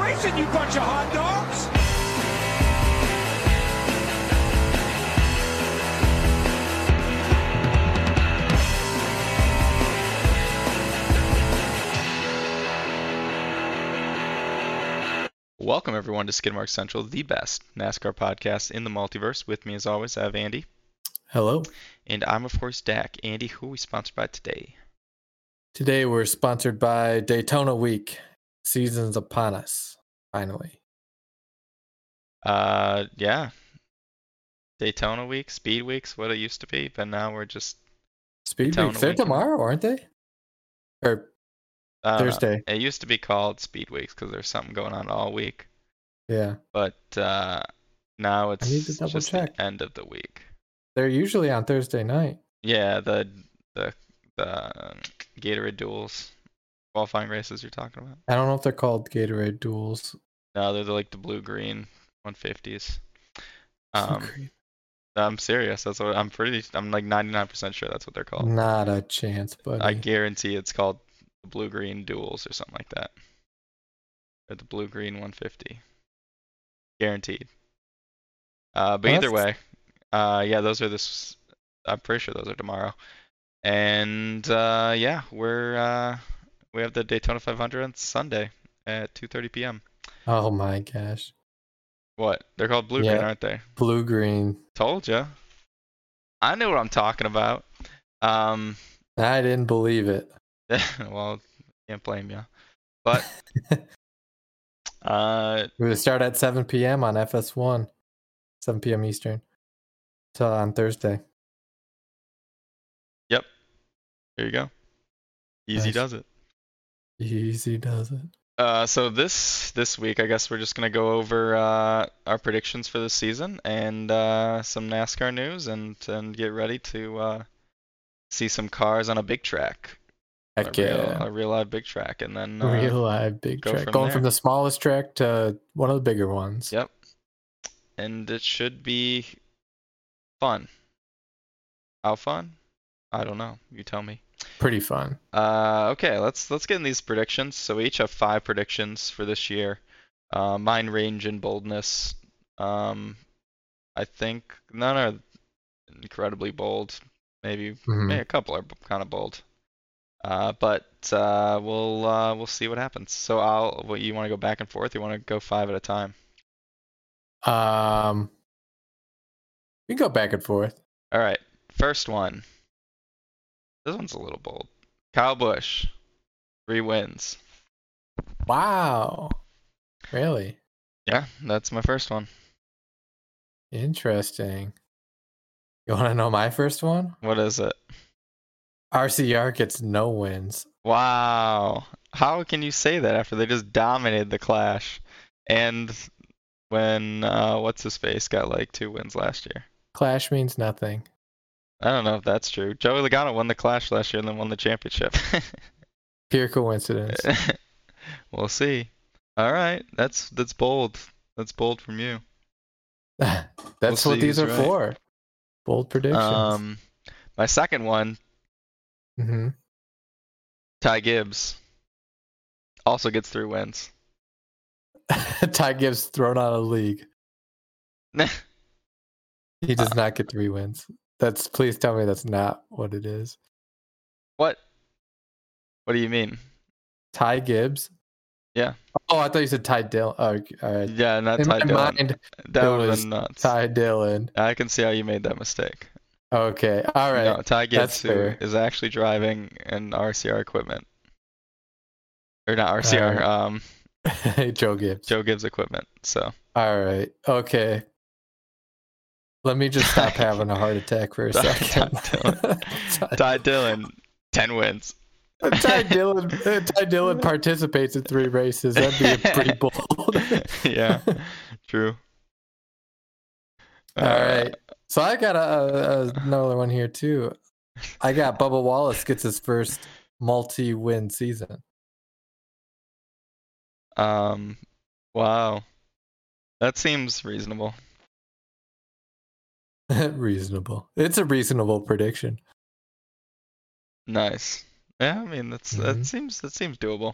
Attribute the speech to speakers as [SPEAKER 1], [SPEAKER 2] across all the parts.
[SPEAKER 1] listen, you bunch of hot dogs.
[SPEAKER 2] Welcome everyone to Skidmark Central, the best NASCAR podcast in the multiverse. With me as always, I have Andy,
[SPEAKER 3] Hello.
[SPEAKER 2] and I'm of course Dak. Andy, who are we sponsored by today?
[SPEAKER 3] Today we're sponsored by Daytona Week. Seasons upon us. Finally.
[SPEAKER 2] Uh, yeah, Daytona Week, Speed Week's what it used to be, but now we're just
[SPEAKER 3] Speed
[SPEAKER 2] Daytona
[SPEAKER 3] Weeks. They're
[SPEAKER 2] Week.
[SPEAKER 3] tomorrow, aren't they? Or
[SPEAKER 2] I don't know.
[SPEAKER 3] Thursday.
[SPEAKER 2] uh, It used to be called Speed Weeks because there's something going on all week,
[SPEAKER 3] Yeah.
[SPEAKER 2] but uh, now it's
[SPEAKER 3] need to double
[SPEAKER 2] just
[SPEAKER 3] check.
[SPEAKER 2] the end of the week.
[SPEAKER 3] They're usually on Thursday night.
[SPEAKER 2] Yeah, the the the um, Gatorade duels, qualifying races you're talking about.
[SPEAKER 3] I don't know if they're called Gatorade duels.
[SPEAKER 2] No, they're the, like the blue green 150s. Um, I'm serious. That's what I'm pretty. I'm like 99% sure that's what they're called.
[SPEAKER 3] Not a chance, buddy.
[SPEAKER 2] I guarantee it's called the blue green duels or something like that, or the blue green 150. Guaranteed. Uh, but
[SPEAKER 3] Well,
[SPEAKER 2] either
[SPEAKER 3] that's-
[SPEAKER 2] way, uh, yeah, those are this. I'm pretty sure those are tomorrow. And uh, yeah, we're uh, we have the Daytona 500 on Sunday at 2:30 p.m.
[SPEAKER 3] oh my gosh.
[SPEAKER 2] What? They're called blue green,
[SPEAKER 3] Yeah.
[SPEAKER 2] aren't they?
[SPEAKER 3] Blue green.
[SPEAKER 2] Told ya. I knew what I'm talking about. Um,
[SPEAKER 3] I didn't believe it.
[SPEAKER 2] well, can't blame ya. But uh,
[SPEAKER 3] We're gonna start at 7 p.m. on FS1, 7 p.m. Eastern, till on Thursday.
[SPEAKER 2] there you go. Easy
[SPEAKER 3] Nice.
[SPEAKER 2] does it.
[SPEAKER 3] Easy does it.
[SPEAKER 2] Uh, so this this week, I guess we're just gonna go over uh, our predictions for the season and uh, some NASCAR news and and get ready to uh, see some cars on a big track, a
[SPEAKER 3] Heck
[SPEAKER 2] real
[SPEAKER 3] yeah.
[SPEAKER 2] a real live big track, and then uh,
[SPEAKER 3] Real live big
[SPEAKER 2] go
[SPEAKER 3] track.
[SPEAKER 2] from
[SPEAKER 3] Going from
[SPEAKER 2] there.
[SPEAKER 3] the smallest track to one of the bigger ones.
[SPEAKER 2] Yep. And it should be fun. How fun? I don't know. You tell me.
[SPEAKER 3] Pretty fun.
[SPEAKER 2] Uh, okay, let's let's get in these predictions. So we each have five predictions for this year. Uh, mine range in boldness. Um, I think none are incredibly bold. Maybe
[SPEAKER 3] Mhm.
[SPEAKER 2] Maybe a couple are kind of bold. Uh, but uh, we'll uh, we'll see what happens. So I'll. What, you want to go back and forth? You want to go five at a time?
[SPEAKER 3] Um, we can go back and forth.
[SPEAKER 2] All right, first one. This one's a little bold. Kyle Busch, three wins.
[SPEAKER 3] Wow. Really
[SPEAKER 2] Yeah, that's my first one.
[SPEAKER 3] interesting. You want to know my first one?
[SPEAKER 2] What is it?
[SPEAKER 3] RCR gets no wins.
[SPEAKER 2] Wow. How can you say that after they just dominated the Clash? And when uh, what's his face got like two wins last year.
[SPEAKER 3] Clash means nothing.
[SPEAKER 2] I don't know if that's true. Joey Logano won the Clash last year and then won the championship.
[SPEAKER 3] Pure coincidence.
[SPEAKER 2] we'll see. All right, that's that's bold. That's bold from you.
[SPEAKER 3] That's
[SPEAKER 2] We'll see
[SPEAKER 3] what these
[SPEAKER 2] who's
[SPEAKER 3] are
[SPEAKER 2] right.
[SPEAKER 3] for. Bold predictions.
[SPEAKER 2] Um, my second one,
[SPEAKER 3] Mhm.
[SPEAKER 2] Ty Gibbs, also gets three wins.
[SPEAKER 3] Ty Gibbs thrown out of the league. He does not get three wins. That's please tell me that's not what it is.
[SPEAKER 2] what? What do you mean?
[SPEAKER 3] Ty Gibbs.
[SPEAKER 2] Yeah.
[SPEAKER 3] Oh, I thought you said Ty Dillon. Oh, all right.
[SPEAKER 2] Yeah, not
[SPEAKER 3] In
[SPEAKER 2] Ty
[SPEAKER 3] my
[SPEAKER 2] Dillon.
[SPEAKER 3] mind,
[SPEAKER 2] that
[SPEAKER 3] it
[SPEAKER 2] would have
[SPEAKER 3] was
[SPEAKER 2] been nuts.
[SPEAKER 3] Ty Dillon.
[SPEAKER 2] I can see how you made that mistake.
[SPEAKER 3] Okay. All right.
[SPEAKER 2] No, Ty Gibbs
[SPEAKER 3] That's
[SPEAKER 2] who
[SPEAKER 3] fair.
[SPEAKER 2] is actually driving an RCR equipment, or not RCR,
[SPEAKER 3] Alright.
[SPEAKER 2] um,
[SPEAKER 3] hey, Joe Gibbs.
[SPEAKER 2] Joe Gibbs equipment. So
[SPEAKER 3] All right. Okay. Let me just stop having a heart attack for a
[SPEAKER 2] Ty-
[SPEAKER 3] second.
[SPEAKER 2] Ty Ty Dillon, ten wins.
[SPEAKER 3] Ty Dillon. uh, Ty Dillon participates in three races. That'd be pretty bold.
[SPEAKER 2] yeah, true.
[SPEAKER 3] All
[SPEAKER 2] Uh,
[SPEAKER 3] right. So I got a, a, a- another one here too. I got Bubba Wallace gets his first multi-win season.
[SPEAKER 2] Um, wow, that seems reasonable.
[SPEAKER 3] reasonable. It's a reasonable prediction.
[SPEAKER 2] Nice. Yeah, I mean that's that
[SPEAKER 3] Mhm.
[SPEAKER 2] seems that seems doable.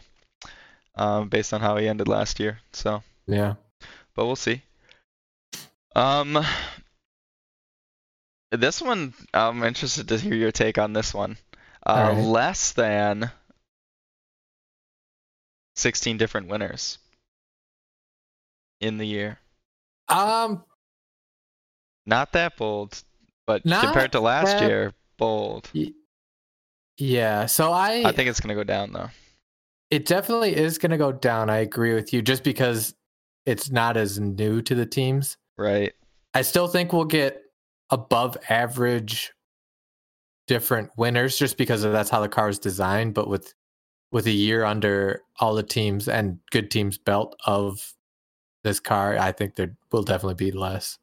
[SPEAKER 2] um, based on how he ended last year. So,
[SPEAKER 3] Yeah.
[SPEAKER 2] but we'll see. Um, this one, I'm interested to hear your take on this one. Uh,
[SPEAKER 3] Alright.
[SPEAKER 2] Less than 16 different winners in the year.
[SPEAKER 3] Um.
[SPEAKER 2] Not that bold, but
[SPEAKER 3] Not
[SPEAKER 2] compared to last
[SPEAKER 3] that-
[SPEAKER 2] year, bold.
[SPEAKER 3] Yeah. So I,
[SPEAKER 2] I think it's gonna go down though.
[SPEAKER 3] it definitely is going to go down. I agree with you, just because it's not as new to the teams.
[SPEAKER 2] Right.
[SPEAKER 3] I still think we'll get above average different winners, just because of that's how the car is designed. But with with a year under all the teams and good teams belt of this car, I think there will definitely be less.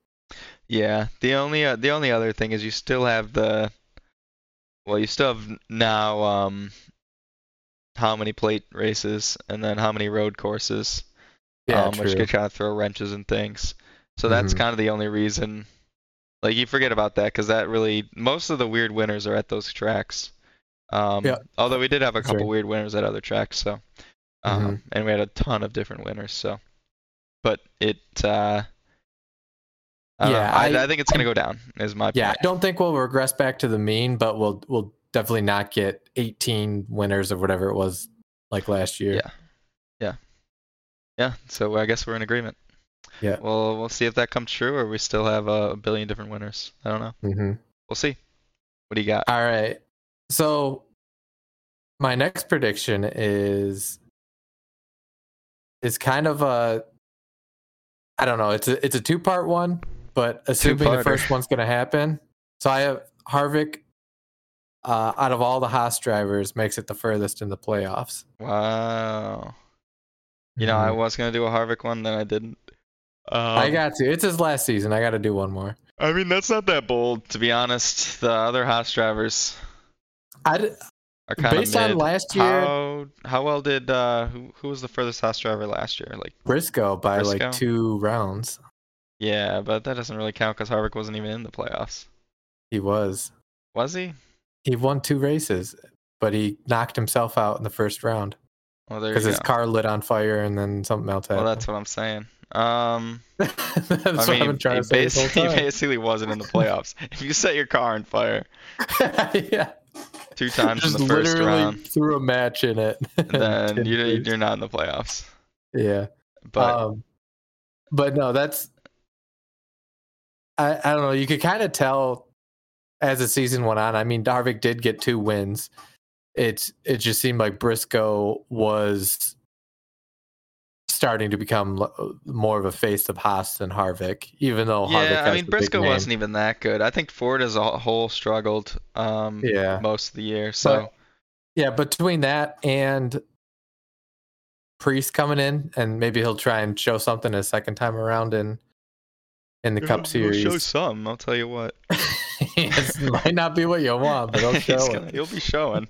[SPEAKER 2] Yeah. The only uh, the only other thing is you still have the well, you still have now um how many plate races and then how many road courses, um, which could kind of throw wrenches and things. So that's
[SPEAKER 3] Mhm.
[SPEAKER 2] kind of the only reason. Like you forget about that because that really most of the weird winners are at those tracks. Um,
[SPEAKER 3] Yeah.
[SPEAKER 2] Although we did have a
[SPEAKER 3] That's
[SPEAKER 2] couple
[SPEAKER 3] right.
[SPEAKER 2] weird winners at other tracks, so um,
[SPEAKER 3] Mm-hmm.
[SPEAKER 2] and we had a ton of different winners. So, but it, uh, I don't know.
[SPEAKER 3] Yeah,
[SPEAKER 2] I,
[SPEAKER 3] I-
[SPEAKER 2] I think it's gonna go down. Is my
[SPEAKER 3] Yeah,
[SPEAKER 2] point.
[SPEAKER 3] I don't think we'll regress back to the mean, but we'll we'll definitely not get 18 winners or whatever it was like last year.
[SPEAKER 2] Yeah. Yeah. So I guess we're in agreement.
[SPEAKER 3] Yeah.
[SPEAKER 2] Well, we'll see if that comes true, or we still have uh, a billion different winners. I don't know.
[SPEAKER 3] Mhm.
[SPEAKER 2] We'll see. What do you got?
[SPEAKER 3] All right. So my next prediction is is kind of a I don't know. It's a it's a two part one, but assuming the
[SPEAKER 2] Two-parter.
[SPEAKER 3] first one's going to happen. So I have Harvick uh, out of all the Haas drivers makes it the furthest in the playoffs. Mm-hmm.
[SPEAKER 2] Wow. You know, I was gonna do a Harvick one, then I didn't. Um,
[SPEAKER 3] I got to. It's his last season. I got to do one more.
[SPEAKER 2] I mean, that's not that bold, to be honest. The other Haas drivers
[SPEAKER 3] I d-
[SPEAKER 2] are kind of
[SPEAKER 3] based on last year,
[SPEAKER 2] How how well did uh who who was the furthest Haas driver last year? Like
[SPEAKER 3] Briscoe by
[SPEAKER 2] Briscoe?
[SPEAKER 3] like two rounds.
[SPEAKER 2] yeah, but that doesn't really count because Harvick wasn't even in the playoffs,
[SPEAKER 3] He was.
[SPEAKER 2] was he?
[SPEAKER 3] He won two races, but he knocked himself out in the first round
[SPEAKER 2] Well, there you
[SPEAKER 3] because
[SPEAKER 2] go.
[SPEAKER 3] his car lit on fire and then something else
[SPEAKER 2] well,
[SPEAKER 3] happened.
[SPEAKER 2] that's what I'm saying. Um,
[SPEAKER 3] that's,
[SPEAKER 2] I
[SPEAKER 3] what
[SPEAKER 2] mean,
[SPEAKER 3] I've been trying
[SPEAKER 2] he
[SPEAKER 3] to say this whole
[SPEAKER 2] basically, he
[SPEAKER 3] time.
[SPEAKER 2] basically wasn't in the playoffs. if you set your car on fire
[SPEAKER 3] yeah,
[SPEAKER 2] two times in
[SPEAKER 3] just
[SPEAKER 2] the first
[SPEAKER 3] literally
[SPEAKER 2] round,
[SPEAKER 3] threw a match in it.
[SPEAKER 2] then
[SPEAKER 3] Didn't
[SPEAKER 2] you're
[SPEAKER 3] lose.
[SPEAKER 2] you're not in the playoffs.
[SPEAKER 3] yeah.
[SPEAKER 2] But
[SPEAKER 3] um, but no, that's I, I don't know. You could kind of tell as the season went on. I mean, Darvik did get two wins. It's it just seemed like Briscoe was starting to become l- more of a face of Haas than Harvick, even though Harvick.
[SPEAKER 2] yeah,
[SPEAKER 3] has
[SPEAKER 2] I mean
[SPEAKER 3] the big
[SPEAKER 2] Briscoe
[SPEAKER 3] name.
[SPEAKER 2] wasn't even that good. I think Ford as a whole struggled um
[SPEAKER 3] Yeah,
[SPEAKER 2] most of the year. So
[SPEAKER 3] yeah. Between that and Priest coming in, and maybe he'll try and show something a second time around in in the Cup
[SPEAKER 2] He'll-
[SPEAKER 3] Series.
[SPEAKER 2] he'll show some. I'll tell you what.
[SPEAKER 3] it might not be what you want, but I'll
[SPEAKER 2] He's
[SPEAKER 3] show
[SPEAKER 2] gonna-
[SPEAKER 3] it.
[SPEAKER 2] he'll be showing.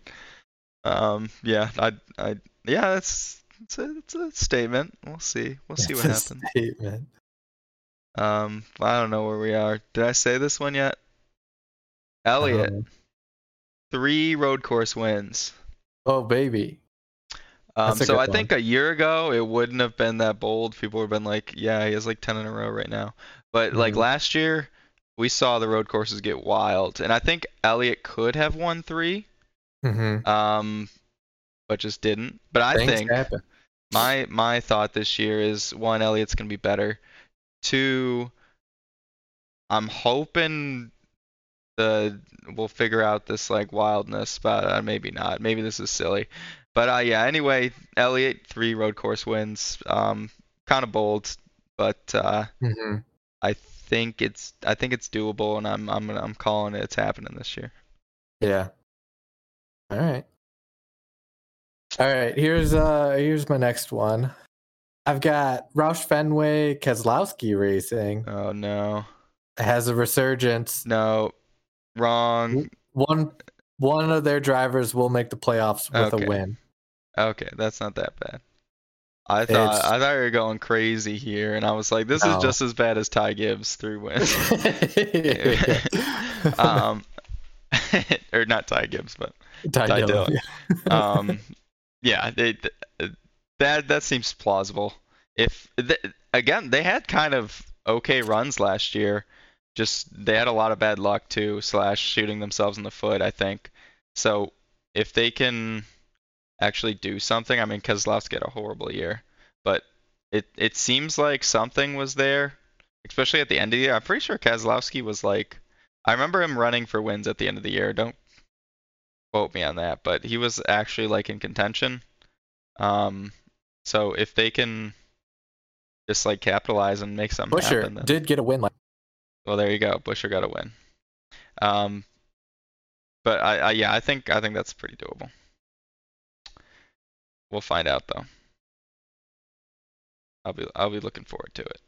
[SPEAKER 2] Um, yeah, I, I, yeah, that's it's a, it's a statement. We'll see. We'll see what
[SPEAKER 3] It's a
[SPEAKER 2] happens.
[SPEAKER 3] Statement.
[SPEAKER 2] Um, I don't know where we are. Did I say this one yet? Elliot,
[SPEAKER 3] Um,
[SPEAKER 2] three road course wins.
[SPEAKER 3] oh baby.
[SPEAKER 2] Um,
[SPEAKER 3] That's a
[SPEAKER 2] so
[SPEAKER 3] good
[SPEAKER 2] I think a year ago it wouldn't have been that bold. People would have been like, "Yeah, he has like ten in a row right now." But like
[SPEAKER 3] Mhm.
[SPEAKER 2] last year, we saw the road courses get wild, and I think Elliot could have won three,
[SPEAKER 3] hmm
[SPEAKER 2] um, but just didn't. But I
[SPEAKER 3] Things
[SPEAKER 2] think
[SPEAKER 3] happen.
[SPEAKER 2] My my thought this year is one, Elliott's gonna be better. Two, I'm hoping the we'll figure out this like wildness, but uh, maybe not. Maybe this is silly, but uh, yeah. Anyway, Elliott three road course wins. Um, kind of bold, but uh,
[SPEAKER 3] Mhm.
[SPEAKER 2] I think it's I think it's doable, and I'm I'm I'm calling it. It's happening this year.
[SPEAKER 3] Yeah. All right. All right. Here's uh here's my next one. I've got Roush Fenway Keselowski Racing
[SPEAKER 2] Oh no,
[SPEAKER 3] has a resurgence.
[SPEAKER 2] no, wrong.
[SPEAKER 3] One one of their drivers will make the playoffs with
[SPEAKER 2] Okay.
[SPEAKER 3] a win.
[SPEAKER 2] Okay, that's not that bad. I thought
[SPEAKER 3] It's-
[SPEAKER 2] I thought you were going crazy here, and I was like, this
[SPEAKER 3] No.
[SPEAKER 2] is just as bad as Ty Gibbs three wins.
[SPEAKER 3] um,
[SPEAKER 2] um, or not Ty Gibbs, but um, yeah, they, That that seems plausible. If th- again, they had kind of okay runs last year. Just they had a lot of bad luck too, slash shooting themselves in the foot. I think. So if they can actually do something, I mean, Keselowski had a horrible year, but it it seems like something was there, especially at the end of the year. I'm pretty sure Keselowski was like, I remember him running for wins at the end of the year. Don't quote me on that, but he was actually like in contention. Um, so if they can just like capitalize and make something
[SPEAKER 3] Busher
[SPEAKER 2] happen, then,
[SPEAKER 3] did get a win. Like,
[SPEAKER 2] well, there you go. Busher got a win. Um, but I, I yeah, I think I think that's pretty doable. We'll find out though. I'll be I'll be looking forward to it.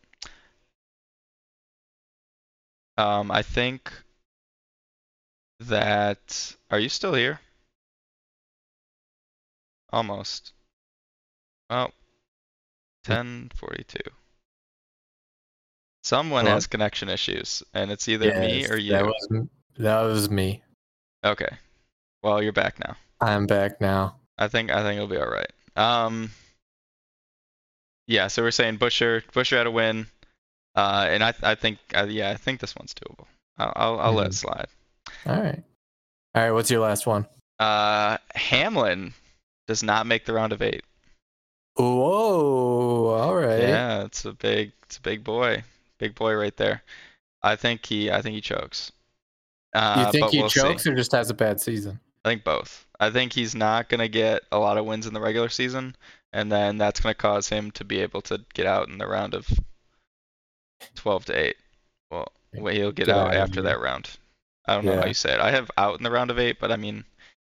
[SPEAKER 2] Um, I think that are you still here? Almost. Oh, 10:42. Someone
[SPEAKER 3] Hello?
[SPEAKER 2] has connection issues, and it's either me
[SPEAKER 3] yes,
[SPEAKER 2] or you.
[SPEAKER 3] That was, that was me.
[SPEAKER 2] Okay. Well, you're back now.
[SPEAKER 3] I'm back now.
[SPEAKER 2] I think I think it'll be all right. Um. Yeah, so we're saying Busher Busher had a win, uh, and I I think uh, yeah I think this one's doable. I'll I'll, I'll let it
[SPEAKER 3] Mhm.
[SPEAKER 2] slide.
[SPEAKER 3] All right. All right. What's your last one?
[SPEAKER 2] Uh, Hamlin does not make the round of eight.
[SPEAKER 3] Whoa. All right.
[SPEAKER 2] Yeah, it's a big it's a big boy, big boy right there. I think he I think he chokes. Uh,
[SPEAKER 3] you think
[SPEAKER 2] but
[SPEAKER 3] he
[SPEAKER 2] we'll see.
[SPEAKER 3] chokes or just has a bad season?
[SPEAKER 2] I think both. I think he's not going to get a lot of wins in the regular season, and then that's going to cause him to be able to get out in the round of 12 to 8. Well, wait, he'll get,
[SPEAKER 3] Get
[SPEAKER 2] out
[SPEAKER 3] out,
[SPEAKER 2] after
[SPEAKER 3] yeah.
[SPEAKER 2] that round. I don't know how
[SPEAKER 3] Yeah.
[SPEAKER 2] you say it. I have out in the round of 8, but I mean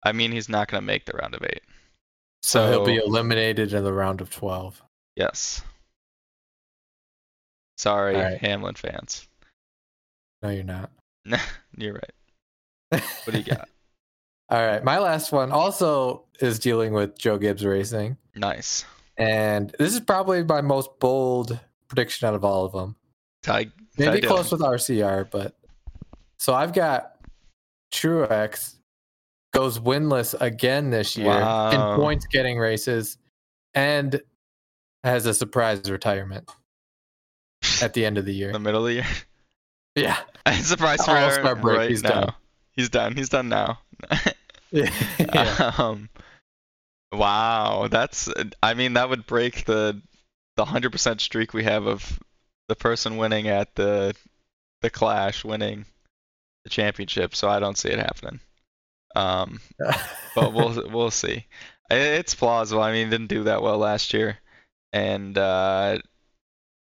[SPEAKER 2] I mean he's not going to make the round of 8.
[SPEAKER 3] So, he'll be eliminated in the round of 12.
[SPEAKER 2] Yes. Sorry,
[SPEAKER 3] All right.
[SPEAKER 2] Hamlin fans.
[SPEAKER 3] No, you're not.
[SPEAKER 2] You're right. What do you got?
[SPEAKER 3] All right. My last one also is dealing with Joe Gibbs Racing.
[SPEAKER 2] nice.
[SPEAKER 3] And this is probably my most bold prediction out of all of them.
[SPEAKER 2] Ty, Ty
[SPEAKER 3] Maybe
[SPEAKER 2] Dillon.
[SPEAKER 3] close with RCR, but so I've got Truex goes winless again this year
[SPEAKER 2] Wow.
[SPEAKER 3] in points getting races and has a surprise retirement at the end of the
[SPEAKER 2] in
[SPEAKER 3] year.
[SPEAKER 2] the middle of the year.
[SPEAKER 3] Yeah.
[SPEAKER 2] I'm surprised
[SPEAKER 3] The
[SPEAKER 2] we're
[SPEAKER 3] All-Star break,
[SPEAKER 2] right
[SPEAKER 3] he's
[SPEAKER 2] now.
[SPEAKER 3] done.
[SPEAKER 2] He's done. He's done now.
[SPEAKER 3] yeah.
[SPEAKER 2] Um, wow, that's. I mean, that would break the the hundred percent streak we have of the person winning at the the clash winning the championship. So I don't see it happening. Um, but we'll we'll see. I- It's plausible. I mean, he didn't do that well last year, and uh,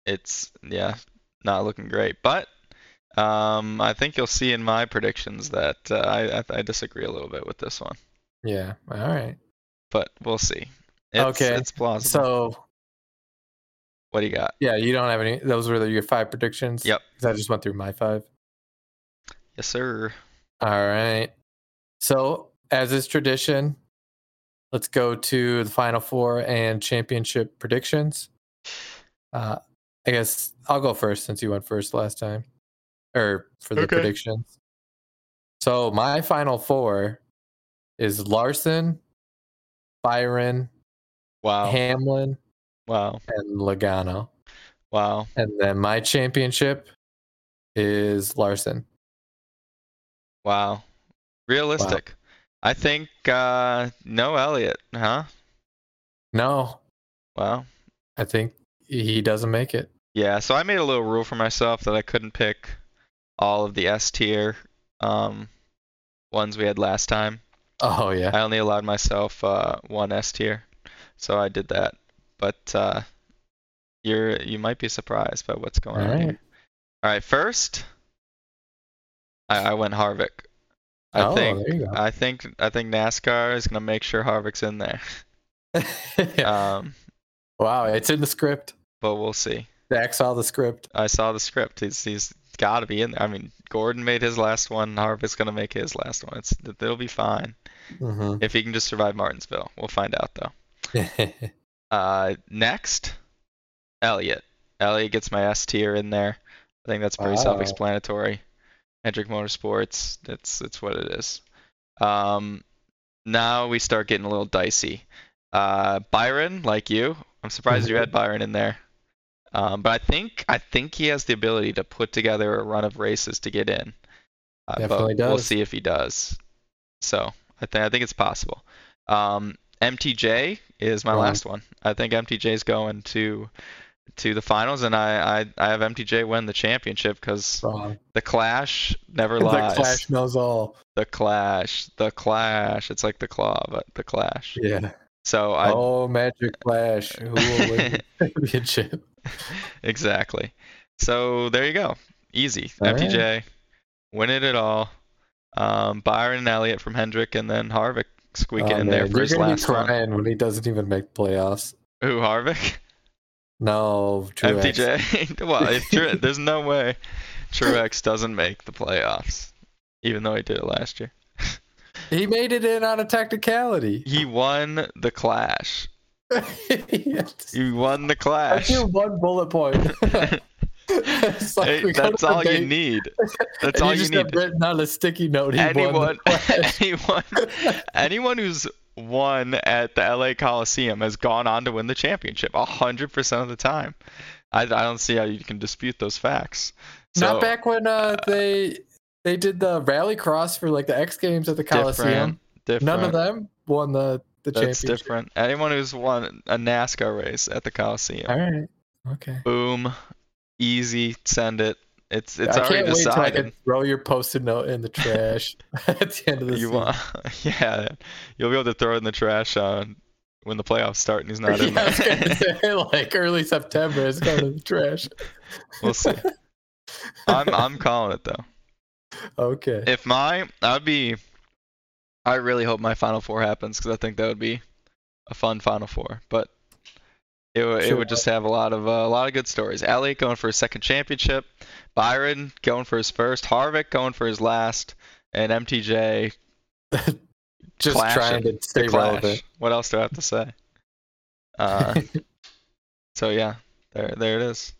[SPEAKER 2] it's yeah, not looking great. But um, I think you'll see in my predictions that uh, I, I I disagree a little bit with this one,
[SPEAKER 3] yeah. All right.
[SPEAKER 2] but we'll see. It's,
[SPEAKER 3] Okay,
[SPEAKER 2] it's plausible.
[SPEAKER 3] So
[SPEAKER 2] what do you got?
[SPEAKER 3] yeah, you don't have any those were your five predictions.
[SPEAKER 2] Yep.
[SPEAKER 3] 'Cause I just went through my five.
[SPEAKER 2] Yes, sir.
[SPEAKER 3] All right. So, as is tradition, let's go to the final four and championship predictions. Uh, I guess I'll go first since you went first last time or for the
[SPEAKER 2] Okay.
[SPEAKER 3] predictions. So, my final four is Larson, Byron,
[SPEAKER 2] Wow.
[SPEAKER 3] Hamlin,
[SPEAKER 2] Wow.
[SPEAKER 3] and Logano.
[SPEAKER 2] Wow.
[SPEAKER 3] And then my championship is Larson.
[SPEAKER 2] Wow. Realistic. I think uh, no Elliot, huh?
[SPEAKER 3] No,
[SPEAKER 2] Wow.
[SPEAKER 3] I think he doesn't make it.
[SPEAKER 2] Yeah, so I made a little rule for myself that I couldn't pick all of the S tier um, ones we had last time.
[SPEAKER 3] Oh, yeah.
[SPEAKER 2] I only allowed myself uh, one S tier, so I did that. But uh, you're you might be surprised by what's going on
[SPEAKER 3] Alright.
[SPEAKER 2] here. All right, first, I, I went Harvick. I
[SPEAKER 3] oh,
[SPEAKER 2] think
[SPEAKER 3] there you go.
[SPEAKER 2] I think I think NASCAR is gonna make sure Harvick's in there. Um,
[SPEAKER 3] wow, it's in the script.
[SPEAKER 2] but we'll see.
[SPEAKER 3] Zach saw the script.
[SPEAKER 2] I saw the script. He's he's got to be in there. I mean, Gordon made his last one. Harvick's gonna make his last one. It's they'll be fine
[SPEAKER 3] Mhm.
[SPEAKER 2] if he can just survive Martinsville. We'll find out though. Uh, next, Elliot. Elliot gets my S tier in there. I think that's pretty
[SPEAKER 3] Wow.
[SPEAKER 2] self-explanatory. Hendrick Motorsports. It's it's what it is. Um, now we start getting a little dicey, Uh, Byron, like you, I'm surprised you had Byron in there. Um, but I think I think he has the ability to put together a run of races to get in. Uh, but
[SPEAKER 3] Definitely
[SPEAKER 2] We'll
[SPEAKER 3] does.
[SPEAKER 2] see if he does. So I think I think it's possible. Um, MTJ is my
[SPEAKER 3] Wow.
[SPEAKER 2] last one. I think MTJ's going to to the finals, and I I, I have MTJ win the championship because
[SPEAKER 3] Wrong.
[SPEAKER 2] the clash never
[SPEAKER 3] The
[SPEAKER 2] lies.
[SPEAKER 3] Clash knows all.
[SPEAKER 2] The clash, the clash. It's like the claw, but the clash.
[SPEAKER 3] Yeah.
[SPEAKER 2] So I
[SPEAKER 3] oh, Magic Clash. Who will win the championship?
[SPEAKER 2] exactly. So there you go. Easy.
[SPEAKER 3] All right.
[SPEAKER 2] MTJ, win it at all. Um, Byron and Elliott from Hendrick, and then Harvick squeak it
[SPEAKER 3] Oh,
[SPEAKER 2] in there
[SPEAKER 3] man,
[SPEAKER 2] for
[SPEAKER 3] You're
[SPEAKER 2] his
[SPEAKER 3] gonna
[SPEAKER 2] last
[SPEAKER 3] be
[SPEAKER 2] one.
[SPEAKER 3] crying when he doesn't even make playoffs.
[SPEAKER 2] Who Harvick?
[SPEAKER 3] No, Truex.
[SPEAKER 2] MTJ. well, if Tru- there's no way Truex doesn't make the playoffs, even though he did it last year.
[SPEAKER 3] He made it in on a technicality.
[SPEAKER 2] He won the clash.
[SPEAKER 3] Yes.
[SPEAKER 2] He won the
[SPEAKER 3] I
[SPEAKER 2] clash.
[SPEAKER 3] do one bullet point. It's like
[SPEAKER 2] Hey,
[SPEAKER 3] we got
[SPEAKER 2] that's
[SPEAKER 3] a
[SPEAKER 2] all you
[SPEAKER 3] debate,
[SPEAKER 2] need.
[SPEAKER 3] and
[SPEAKER 2] That's all
[SPEAKER 3] you
[SPEAKER 2] you
[SPEAKER 3] just
[SPEAKER 2] need.
[SPEAKER 3] have written on a sticky note. He won the
[SPEAKER 2] anyone,
[SPEAKER 3] Clash.
[SPEAKER 2] anyone, anyone who's won at the LA Coliseum has gone on to win the championship hundred percent of the time. I, I don't see how you can dispute those facts. So,
[SPEAKER 3] Not back when uh, they they did the rally cross for like the X Games at the Coliseum.
[SPEAKER 2] Different, different.
[SPEAKER 3] None of them won the the
[SPEAKER 2] That's
[SPEAKER 3] championship.
[SPEAKER 2] different. Anyone who's won a NASCAR race at the Coliseum,
[SPEAKER 3] All right. Okay.
[SPEAKER 2] boom, easy, send it. It's it's
[SPEAKER 3] I
[SPEAKER 2] already
[SPEAKER 3] can't wait till I
[SPEAKER 2] decided.
[SPEAKER 3] can throw your post-it note in the trash at the end of the
[SPEAKER 2] you
[SPEAKER 3] season.
[SPEAKER 2] want, yeah, you'll be able to throw it in the trash uh, when the playoffs start and he's not in
[SPEAKER 3] yeah, I was
[SPEAKER 2] there.
[SPEAKER 3] gonna say like early September it's going to the trash.
[SPEAKER 2] we'll see. I'm I'm calling it though.
[SPEAKER 3] Okay.
[SPEAKER 2] If my I'd be, I really hope my final four happens because I think that would be a fun final four. But it would it
[SPEAKER 3] Sure.
[SPEAKER 2] would just have a lot of uh, a lot of good stories. Elliott going for his second championship, Byron going for his first, Harvick going for his last, and MTJ
[SPEAKER 3] Just
[SPEAKER 2] clash
[SPEAKER 3] trying
[SPEAKER 2] it.
[SPEAKER 3] to
[SPEAKER 2] the
[SPEAKER 3] stay
[SPEAKER 2] clash.
[SPEAKER 3] relevant.
[SPEAKER 2] What else do I have to say? Uh, so yeah, there there it is.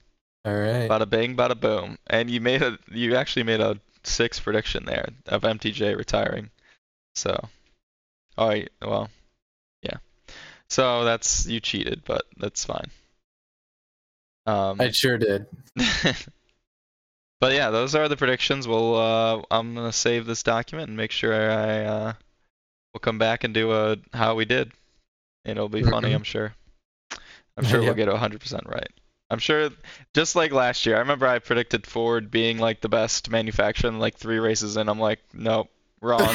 [SPEAKER 3] All right.
[SPEAKER 2] Bada bing, bada boom. And you made a you actually made a six prediction there of MTJ retiring. So all right, well, yeah. So that's you cheated, but that's fine. Um
[SPEAKER 3] I sure did.
[SPEAKER 2] But yeah, those are the predictions. We'll uh I'm gonna save this document and make sure I uh we'll come back and do a how we did. And it'll be funny,
[SPEAKER 3] Mhm.
[SPEAKER 2] I'm sure. I'm sure we'll
[SPEAKER 3] Yep.
[SPEAKER 2] get it 100% right. I'm sure, just like last year, I remember I predicted Ford being like the best manufacturer in like three races, and I'm like, nope, wrong.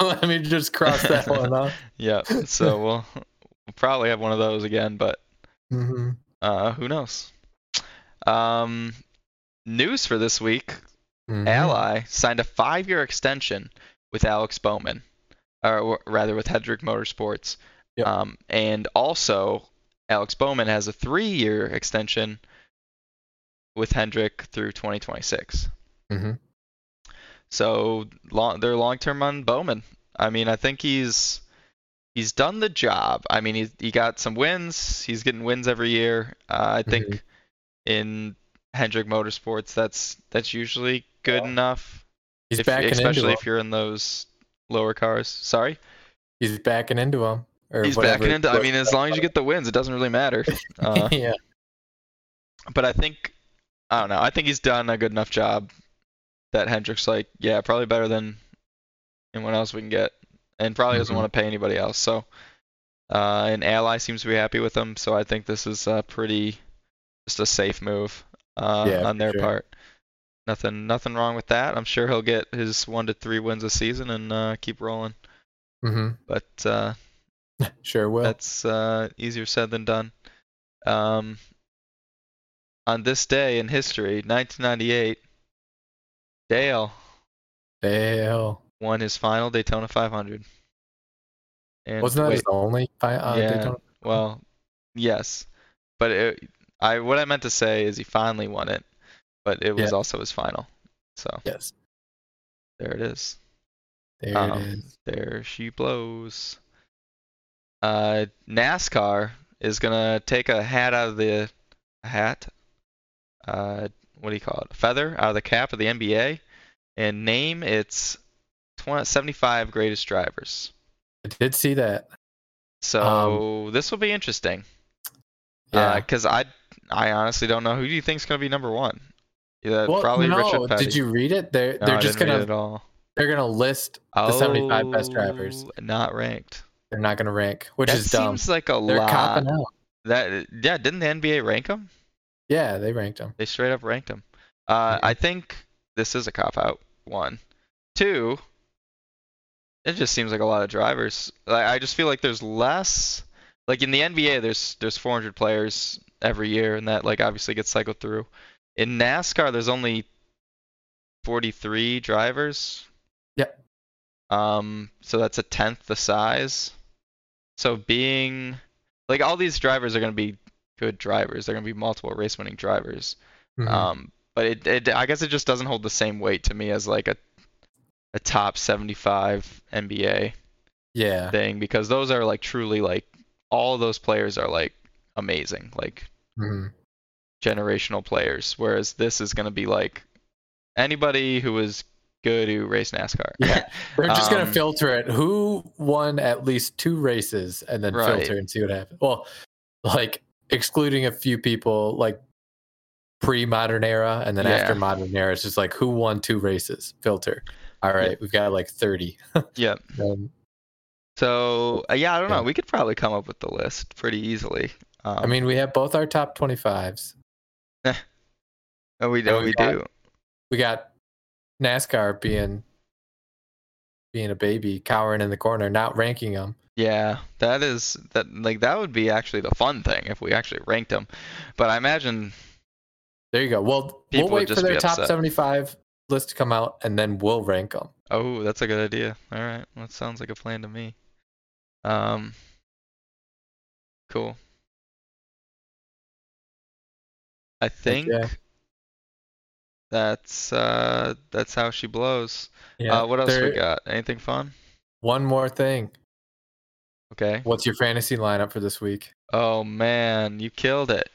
[SPEAKER 3] Let me just cross that one off.
[SPEAKER 2] yeah, so we'll, we'll probably have one of those again, but
[SPEAKER 3] hmm
[SPEAKER 2] uh, who knows? Um, news for this week
[SPEAKER 3] Mm-hmm.
[SPEAKER 2] Ally signed a five year extension with Alex Bowman, or w- rather with Hedrick Motorsports.
[SPEAKER 3] Yep.
[SPEAKER 2] Um, and also, Alex Bowman has a three year extension with Hendrick through 2026.
[SPEAKER 3] Mhm.
[SPEAKER 2] So long, they're long term on Bowman. I mean, I think he's he's done the job. I mean, he he got some wins. He's getting wins every year. Uh, I think in Hendrick Motorsports, that's that's usually good
[SPEAKER 3] Yeah.
[SPEAKER 2] enough,
[SPEAKER 3] He's
[SPEAKER 2] if,
[SPEAKER 3] backing into
[SPEAKER 2] especially
[SPEAKER 3] him.
[SPEAKER 2] if you're in those lower cars. Sorry,
[SPEAKER 3] He's backing into him. Or
[SPEAKER 2] he's
[SPEAKER 3] whatever
[SPEAKER 2] backing
[SPEAKER 3] it
[SPEAKER 2] into. I
[SPEAKER 3] was.
[SPEAKER 2] mean, as long as you get the wins, it doesn't really matter. Uh,
[SPEAKER 3] yeah.
[SPEAKER 2] but I think I don't know. I think he's done a good enough job that Hendrick's like, yeah, probably better than anyone else we can get, and probably doesn't
[SPEAKER 3] Mhm.
[SPEAKER 2] want to pay anybody else. So, uh, and Ally seems to be happy with him. So I think this is uh, pretty, just a safe move uh,
[SPEAKER 3] Yeah,
[SPEAKER 2] on
[SPEAKER 3] for
[SPEAKER 2] their
[SPEAKER 3] sure.
[SPEAKER 2] part. Nothing, nothing wrong with that. I'm sure he'll get his one to three wins a season and uh, keep rolling.
[SPEAKER 3] hmm
[SPEAKER 2] But uh,
[SPEAKER 3] Sure will.
[SPEAKER 2] that's uh, easier said than done. Um, on this day in history, 1998, Dale
[SPEAKER 3] Dale.
[SPEAKER 2] won his final Daytona 500. And
[SPEAKER 3] Wasn't that
[SPEAKER 2] wait,
[SPEAKER 3] his only fi- uh,
[SPEAKER 2] Yeah.
[SPEAKER 3] Daytona?
[SPEAKER 2] well, yes, but it, I what I meant to say is he finally won it, but it was
[SPEAKER 3] Yeah.
[SPEAKER 2] also his final. So
[SPEAKER 3] Yes.
[SPEAKER 2] there it is.
[SPEAKER 3] There
[SPEAKER 2] Um,
[SPEAKER 3] it is.
[SPEAKER 2] There she blows. Uh, NASCAR is gonna take a hat out of the a hat. Uh, what do you call it? A feather out of the cap of the NBA, and name its 20, 75 greatest drivers.
[SPEAKER 3] I did see that.
[SPEAKER 2] So this will be interesting.
[SPEAKER 3] Um, Yeah.
[SPEAKER 2] Because I I honestly don't know who do you think's gonna be number one. Yeah,
[SPEAKER 3] well,
[SPEAKER 2] uh, probably
[SPEAKER 3] no,
[SPEAKER 2] Richard Petty.
[SPEAKER 3] did you read it? They're
[SPEAKER 2] No,
[SPEAKER 3] they're
[SPEAKER 2] I
[SPEAKER 3] just
[SPEAKER 2] didn't read
[SPEAKER 3] gonna
[SPEAKER 2] it at all.
[SPEAKER 3] they're gonna list.
[SPEAKER 2] Oh,
[SPEAKER 3] the 75 best drivers.
[SPEAKER 2] Not ranked.
[SPEAKER 3] They're not gonna rank, which
[SPEAKER 2] that
[SPEAKER 3] is dumb.
[SPEAKER 2] seems like a
[SPEAKER 3] They're
[SPEAKER 2] lot.
[SPEAKER 3] copping out.
[SPEAKER 2] That yeah, didn't the NBA rank them?
[SPEAKER 3] Yeah, they ranked them.
[SPEAKER 2] They straight up ranked him. Uh,
[SPEAKER 3] Mhm.
[SPEAKER 2] I think this is a cop out. One, two. It just seems like a lot of drivers. Like, I just feel like there's less. Like in the NBA, there's there's 400 players every year, and that like obviously gets cycled through. In NASCAR, there's only 43 drivers.
[SPEAKER 3] Yep.
[SPEAKER 2] Um, so that's a tenth the size. So being like all these drivers are gonna be good drivers. They're gonna be multiple race-winning drivers.
[SPEAKER 3] Mhm.
[SPEAKER 2] Um, but it, it, I guess it just doesn't hold the same weight to me as like a, a top 75 NBA
[SPEAKER 3] yeah,
[SPEAKER 2] thing because those are like truly like all those players are like amazing, like
[SPEAKER 3] mhm.
[SPEAKER 2] generational players. Whereas this is gonna be like anybody who is good who race NASCAR.
[SPEAKER 3] Yeah. they're just gonna
[SPEAKER 2] um,
[SPEAKER 3] filter it. Who won at least two races, and then
[SPEAKER 2] Right.
[SPEAKER 3] filter and see what happens. Well, like excluding a few people, like pre-modern era, and then after
[SPEAKER 2] Yeah.
[SPEAKER 3] modern era, it's just like who won two races. Filter. All right, we've got like 30.
[SPEAKER 2] yeah.
[SPEAKER 3] Um,
[SPEAKER 2] So uh, yeah, I don't
[SPEAKER 3] Yeah.
[SPEAKER 2] know. We could probably come up with the list pretty easily. Um,
[SPEAKER 3] I mean, we have both our top 25s.
[SPEAKER 2] oh, we
[SPEAKER 3] and
[SPEAKER 2] do.
[SPEAKER 3] we
[SPEAKER 2] We
[SPEAKER 3] got-
[SPEAKER 2] do.
[SPEAKER 3] We got NASCAR being being a baby, cowering in the corner, not ranking them.
[SPEAKER 2] Yeah, that is that like that would be actually the fun thing if we actually ranked them. But I imagine
[SPEAKER 3] There you go. Well,
[SPEAKER 2] People would
[SPEAKER 3] we'll wait for
[SPEAKER 2] just
[SPEAKER 3] their
[SPEAKER 2] be
[SPEAKER 3] top
[SPEAKER 2] upset.
[SPEAKER 3] 75 list to come out, and then we'll rank them.
[SPEAKER 2] oh, that's a good idea. All right, that sounds like a plan to me. Um, cool. I think
[SPEAKER 3] yeah.
[SPEAKER 2] that's uh that's how she blows. uh, what else we got? Anything fun?
[SPEAKER 3] One more thing.
[SPEAKER 2] Okay.
[SPEAKER 3] What's your fantasy lineup for this week?
[SPEAKER 2] Oh man, you killed it.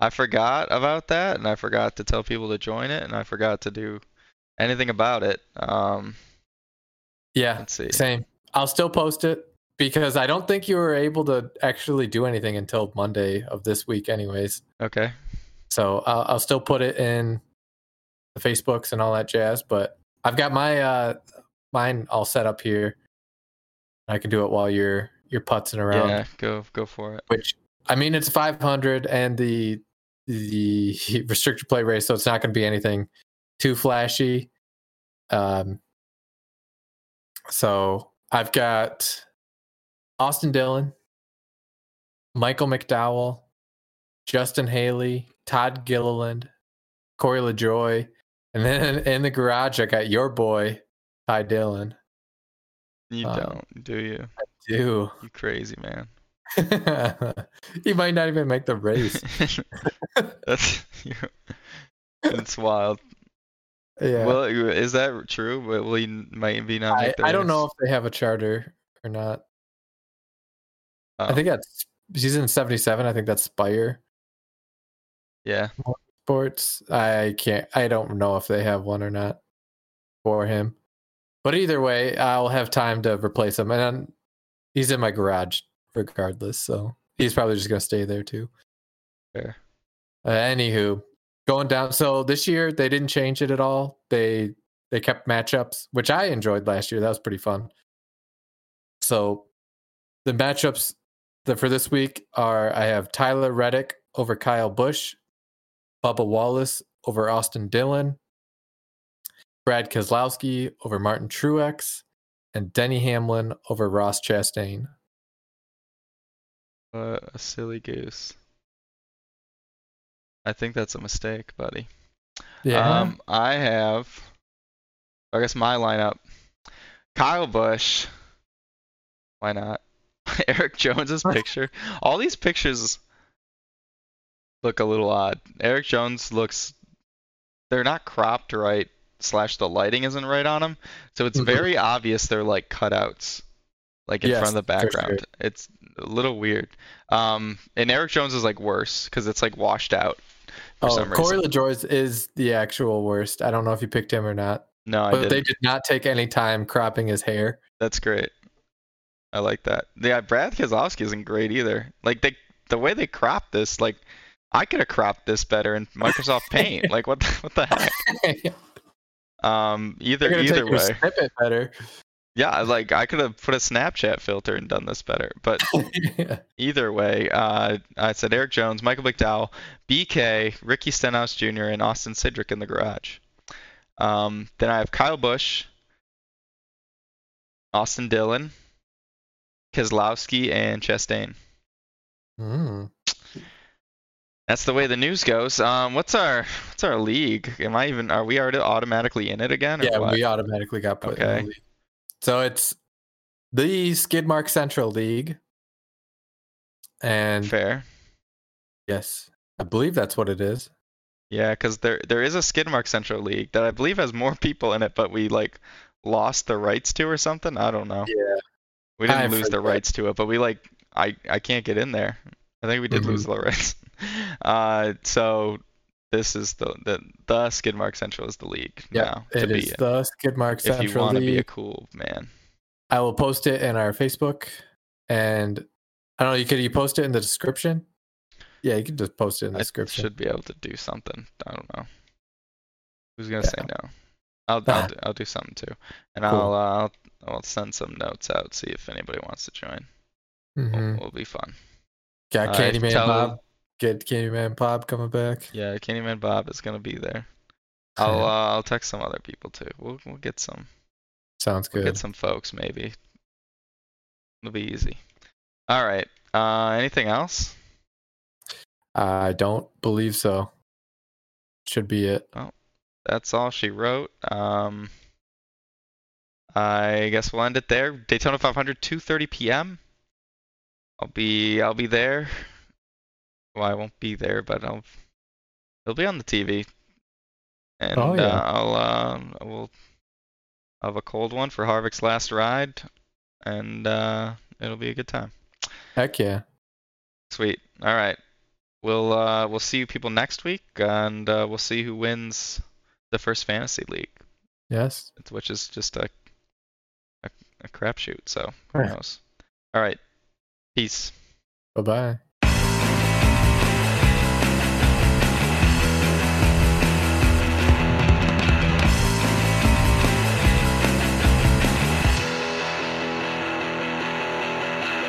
[SPEAKER 2] I forgot about that, and I forgot to tell people to join it, and I forgot to do anything about it. Um,
[SPEAKER 3] Yeah,
[SPEAKER 2] let's see.
[SPEAKER 3] same. I'll still post it because I don't think you were able to actually do anything until Monday of this week, anyways.
[SPEAKER 2] Okay.
[SPEAKER 3] So I'll, I'll still put it in the Facebooks and all that jazz. But I've got my uh mine all set up here. I can do it while you're you're putzing around.
[SPEAKER 2] Yeah, go go for it.
[SPEAKER 3] Which I mean, it's 500 and the the restricted play race, so it's not going to be anything too flashy. Um, so I've got Austin Dillon, Michael McDowell, Justin Haley, Todd Gilliland, Corey LaJoy, and then in the garage I got your boy Ty Dillon.
[SPEAKER 2] You
[SPEAKER 3] Um,
[SPEAKER 2] don't, do you?
[SPEAKER 3] Ew.
[SPEAKER 2] You crazy man.
[SPEAKER 3] he might not even make the race.
[SPEAKER 2] That's you. It's wild.
[SPEAKER 3] Yeah.
[SPEAKER 2] Well, is that true? Will will he n- might be not?
[SPEAKER 3] I,
[SPEAKER 2] make the
[SPEAKER 3] I don't know
[SPEAKER 2] race?
[SPEAKER 3] if they have a charter or not. I
[SPEAKER 2] Oh,
[SPEAKER 3] think that's she's in seventy seven. I think that's Spire
[SPEAKER 2] Yeah.
[SPEAKER 3] Sports. I can't. I don't know if they have one or not for him. But either way, I'll have time to replace him, and I'm- he's in my garage regardless. So he's probably just gonna stay there too.
[SPEAKER 2] Fair.
[SPEAKER 3] Uh, anywho, going down. So this year they didn't change it at all. They they kept matchups, which I enjoyed last year. That was pretty fun. So the matchups that for this week are I have Tyler Reddick over Kyle Bush, Bubba Wallace over Austin Dillon, Brad Keselowski over Martin Truex, and Denny Hamlin over Ross Chastain.
[SPEAKER 2] What a silly goose. I think that's a mistake, buddy. Um, I have, I guess my lineup: Kyle Bush. Why not? Eric Jones's picture. All these pictures look a little odd. Eric Jones looks. They're not cropped right. Slash, the lighting isn't right on them, so it's
[SPEAKER 3] Mhm.
[SPEAKER 2] very obvious they're like cutouts, like in front of
[SPEAKER 3] Yes,
[SPEAKER 2] the
[SPEAKER 3] for sure.
[SPEAKER 2] background. It's a little weird. Um, and Eric Jones is like worse because it's like washed out for
[SPEAKER 3] oh,
[SPEAKER 2] some
[SPEAKER 3] Corey
[SPEAKER 2] reason.
[SPEAKER 3] LaJoy's is the actual worst. I don't know if you picked him or not.
[SPEAKER 2] No, I
[SPEAKER 3] but
[SPEAKER 2] didn't.
[SPEAKER 3] they did not take any time cropping his hair.
[SPEAKER 2] That's great. I like that. Yeah, Brad Keselowski isn't great either. Like they, the way they cropped this, like I could have cropped this better in Microsoft Paint. like what, the, what the heck? Um,
[SPEAKER 3] They're
[SPEAKER 2] either
[SPEAKER 3] gonna
[SPEAKER 2] either
[SPEAKER 3] take your
[SPEAKER 2] way,
[SPEAKER 3] snippet better.
[SPEAKER 2] yeah. Like I could have put a Snapchat filter and done this better. But either way, uh, I said Eric Jones, Michael McDowell, BK, Ricky Stenhouse Jr., and Austin Cedric in the garage. Um, then I have Kyle Busch, Austin Dillon, Keselowski, and Chastain.
[SPEAKER 3] Mm.
[SPEAKER 2] That's the way the news goes. Um, what's our what's our league? Am I even are we already automatically in it again? Or
[SPEAKER 3] Yeah,
[SPEAKER 2] what?
[SPEAKER 3] we automatically got put in
[SPEAKER 2] Okay.
[SPEAKER 3] the league. So it's the Skidmark Central League. And
[SPEAKER 2] fair.
[SPEAKER 3] yes, I believe that's what it is.
[SPEAKER 2] Yeah, because there there is a Skidmark Central League that I believe has more people in it, but we like lost the rights to or something. I don't know.
[SPEAKER 3] Yeah.
[SPEAKER 2] We didn't
[SPEAKER 3] I
[SPEAKER 2] lose the
[SPEAKER 3] forget.
[SPEAKER 2] rights to it, but we like I I can't get in there. I think we did lose
[SPEAKER 3] Mm-hmm.
[SPEAKER 2] the rights. Uh, so this is the the the Skidmark Central is the league
[SPEAKER 3] Yeah,
[SPEAKER 2] now
[SPEAKER 3] it
[SPEAKER 2] to
[SPEAKER 3] is
[SPEAKER 2] be in.
[SPEAKER 3] the Skidmark
[SPEAKER 2] If you
[SPEAKER 3] Central
[SPEAKER 2] want to be a
[SPEAKER 3] League.
[SPEAKER 2] cool man,
[SPEAKER 3] I will post it in our Facebook, and I don't know. You could you post it in the description? Yeah, you can just post it in the
[SPEAKER 2] I
[SPEAKER 3] description.
[SPEAKER 2] should be able to do something. I don't know. Who's gonna
[SPEAKER 3] Yeah.
[SPEAKER 2] say no? I'll
[SPEAKER 3] Ah.
[SPEAKER 2] I'll do, I'll do something too, and
[SPEAKER 3] Cool.
[SPEAKER 2] I'll uh, I'll I'll send some notes out see if anybody wants to join. We'll,
[SPEAKER 3] Mhm.
[SPEAKER 2] we'll be fun.
[SPEAKER 3] Got
[SPEAKER 2] All right,
[SPEAKER 3] Candyman
[SPEAKER 2] tell-
[SPEAKER 3] Bob. Get Candyman Bob coming back.
[SPEAKER 2] Yeah, Candyman Bob is gonna be there. I'll uh, I'll text some other people too. We'll we'll get some.
[SPEAKER 3] Sounds
[SPEAKER 2] We'll
[SPEAKER 3] good.
[SPEAKER 2] get some folks maybe. It'll be easy. All right. Uh, anything else?
[SPEAKER 3] I don't believe so. Should be it.
[SPEAKER 2] That's all she wrote. Um, I guess we'll end it there. Daytona 500, 2:30 p.m. I'll be I'll be there. Well, I won't be there, but I'll it'll be on the TV. And
[SPEAKER 3] Oh, yeah.
[SPEAKER 2] uh, I'll um I will have a cold one for Harvick's last ride, and uh, it'll be a good time.
[SPEAKER 3] Heck yeah.
[SPEAKER 2] Sweet. All right. We'll uh we'll see you people next week and uh, we'll see who wins the first fantasy league,
[SPEAKER 3] Yes.
[SPEAKER 2] it's- which is just a a, a crapshoot, so who
[SPEAKER 3] Right.
[SPEAKER 2] knows. All right. Peace.
[SPEAKER 3] Bye bye.